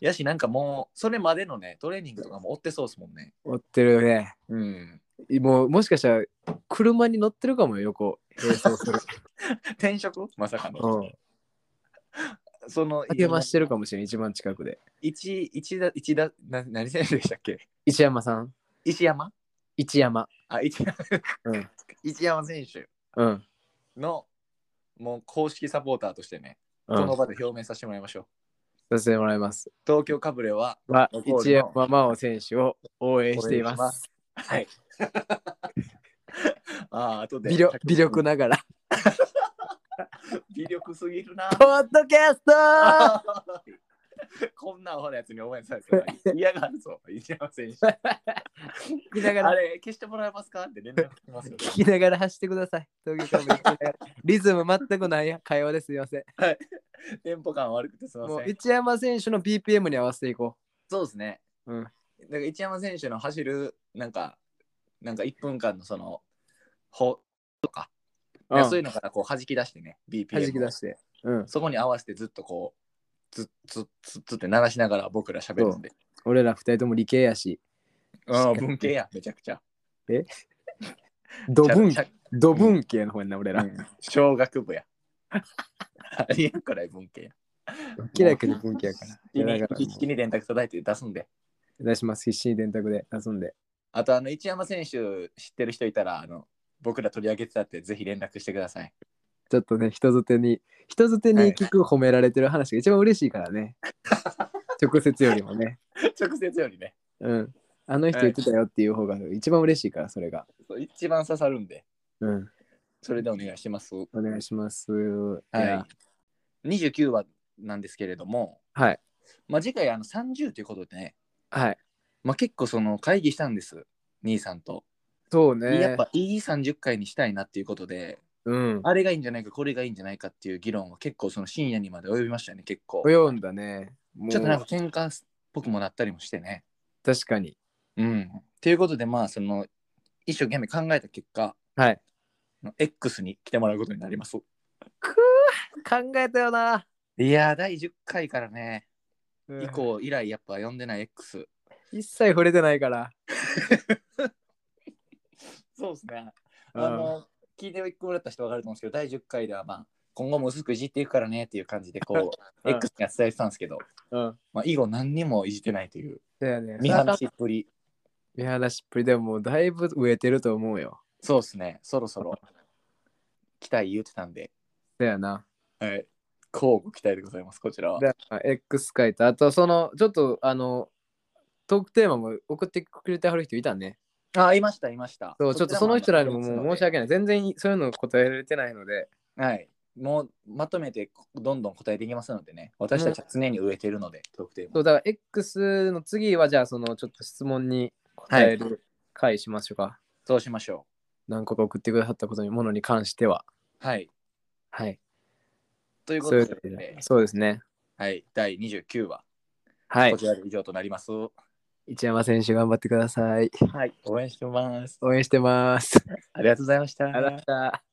[SPEAKER 1] やし、なんかもう、それまでのね、トレーニングとかも追ってそうですもんね。
[SPEAKER 2] 追ってるよね。
[SPEAKER 1] うん。
[SPEAKER 2] もうもしかしたら車に乗ってるかもよ、横。並走する。
[SPEAKER 1] 転職まさかの。
[SPEAKER 2] うん。
[SPEAKER 1] その、
[SPEAKER 2] 励ましてるかもしれん、一番近くで。
[SPEAKER 1] 一、一だ、一だ、な何選手でしたっけ
[SPEAKER 2] 一山さん。
[SPEAKER 1] 石山
[SPEAKER 2] 一山。
[SPEAKER 1] あ、一山、
[SPEAKER 2] うん。
[SPEAKER 1] 一山選手
[SPEAKER 2] うん。
[SPEAKER 1] の、もう公式サポーターとしてね、
[SPEAKER 2] う
[SPEAKER 1] その
[SPEAKER 2] ん、
[SPEAKER 1] 場で表明させてもらいましょう。
[SPEAKER 2] させてもらいます。
[SPEAKER 1] 東京かぶれは、
[SPEAKER 2] は
[SPEAKER 1] ゴールの
[SPEAKER 2] 一山真央選手を応援しています。
[SPEAKER 1] 応援しはい。 ああ、あとで。
[SPEAKER 2] 微力微力ながら。
[SPEAKER 1] 微力低すぎる な。
[SPEAKER 2] ポッドキャスト ー
[SPEAKER 1] こんなアホなやつに応援されて るの嫌がるぞ、石山選手。
[SPEAKER 2] 聞きなが
[SPEAKER 1] あ
[SPEAKER 2] ら、
[SPEAKER 1] れ、消してもらえますかって連絡来ますよ。
[SPEAKER 2] 聞きながら走ってください。東京からも聞きながらリズム全くない会話です。すいません。
[SPEAKER 1] テンポ感悪くてすみま
[SPEAKER 2] もう
[SPEAKER 1] せん。
[SPEAKER 2] 一山選手の BPM に合わせていこ
[SPEAKER 1] そうですね。
[SPEAKER 2] う。うん。
[SPEAKER 1] だから一山選手の走る、なんか、なんか1分間のその、ほ
[SPEAKER 2] うん
[SPEAKER 1] そういうのからこう弾き出してね、BPM を。
[SPEAKER 2] 弾き出して。うん。
[SPEAKER 1] そこに合わせてずっとこう、ずっずっずっずって鳴らしながら僕ら喋るんで。
[SPEAKER 2] 俺ら二人とも理系やし、
[SPEAKER 1] ああ、文系や、めちゃくちゃ。
[SPEAKER 2] ドブン
[SPEAKER 1] ちゃ
[SPEAKER 2] ドブン系の方やんな、俺ら。
[SPEAKER 1] うん小学部や。ありえんくらい文系や。
[SPEAKER 2] キラキラ文系やから。い
[SPEAKER 1] 一気
[SPEAKER 2] や
[SPEAKER 1] に
[SPEAKER 2] だから
[SPEAKER 1] 一気に電卓叩いて出すんで。
[SPEAKER 2] 出します、必死に電卓で遊んで。
[SPEAKER 1] あと、あの、一山選手知ってる人いたら、あの、僕ら取り上げてたって、ぜひ連絡してください。
[SPEAKER 2] ちょっとね、人づてに、人づてに聞く褒められてる話が一番嬉しいからね。直接よりもね。
[SPEAKER 1] 直接よりね。
[SPEAKER 2] うん。あの人言ってたよっていう方が一番嬉しいから、それが。
[SPEAKER 1] そう一番刺さるんで、
[SPEAKER 2] うん。
[SPEAKER 1] それでお願いします。は
[SPEAKER 2] お願いします。や
[SPEAKER 1] い。29話なんですけれども、
[SPEAKER 2] はい。
[SPEAKER 1] まあ、次回あの30ということでね、
[SPEAKER 2] はい。
[SPEAKER 1] まあ、結構その会議したんです、兄さんと。
[SPEAKER 2] そうね。
[SPEAKER 1] やっぱいい30回にしたいなっていうことで、
[SPEAKER 2] うん。
[SPEAKER 1] あれがいいんじゃないか、これがいいんじゃないかっていう議論は結構その深夜にまで及びましたね、結構。
[SPEAKER 2] 及んだね。
[SPEAKER 1] ちょっとなんか
[SPEAKER 2] か。
[SPEAKER 1] 喧嘩っぽくもなったりもしてね。
[SPEAKER 2] 確かに。
[SPEAKER 1] うん。ということで、まあ、その、一生懸命考えた結果、
[SPEAKER 2] はい。
[SPEAKER 1] X に来てもらうことになります。
[SPEAKER 2] く考えたよな。
[SPEAKER 1] いやー、第10回からね、
[SPEAKER 2] うん
[SPEAKER 1] 以降以来、やっぱ呼んでない X。
[SPEAKER 2] 一切触れてないから。
[SPEAKER 1] そうですね。
[SPEAKER 2] うん
[SPEAKER 1] あの、聞いてもらった人分かると思うんですけど、第10回では、まあ、今後も薄くいじっていくからねっていう感じで、こ う、
[SPEAKER 2] うん
[SPEAKER 1] X には伝えてたんですけど、
[SPEAKER 2] うん。
[SPEAKER 1] まあ、以後何にもいじってないという、
[SPEAKER 2] だよね。
[SPEAKER 1] 見放しっぷり。
[SPEAKER 2] 見晴しっぷりでももうだいぶ植えてると思うよ。
[SPEAKER 1] そうですね、そろそろ、期待言ってたんで、
[SPEAKER 2] だよな。
[SPEAKER 1] はい。交互期待でございます、こちらは。
[SPEAKER 2] だから X 書いた。あと、その、ちょっと、あの、トークテーマも送ってくれてはる人いたね。
[SPEAKER 1] あ、いました、いました。
[SPEAKER 2] そう、ちょっとその人らにももう申し
[SPEAKER 1] 訳
[SPEAKER 2] 訳ない。全然そういうの答えられてないので、
[SPEAKER 1] はい。もうまとめてどんどん答えていきますのでね、私たちは常に植えているので、トークテー
[SPEAKER 2] そ
[SPEAKER 1] マ。
[SPEAKER 2] う、だから X の次は、じゃあ、その、ちょっと質問に答える回しましょうか。
[SPEAKER 1] そうしましょ
[SPEAKER 2] 何個か送ってくださったことにものに関しては。
[SPEAKER 1] う。はい。
[SPEAKER 2] はい。
[SPEAKER 1] というこ
[SPEAKER 2] そういう
[SPEAKER 1] と
[SPEAKER 2] ことで
[SPEAKER 1] で、
[SPEAKER 2] そうですね。
[SPEAKER 1] はい、第29話、
[SPEAKER 2] はい
[SPEAKER 1] こ。ちらで以上となります。は
[SPEAKER 2] 一山選手、頑張ってください。
[SPEAKER 1] い、応援してます。
[SPEAKER 2] 応援してます。
[SPEAKER 1] ありがとうございました。
[SPEAKER 2] ありがとうございました。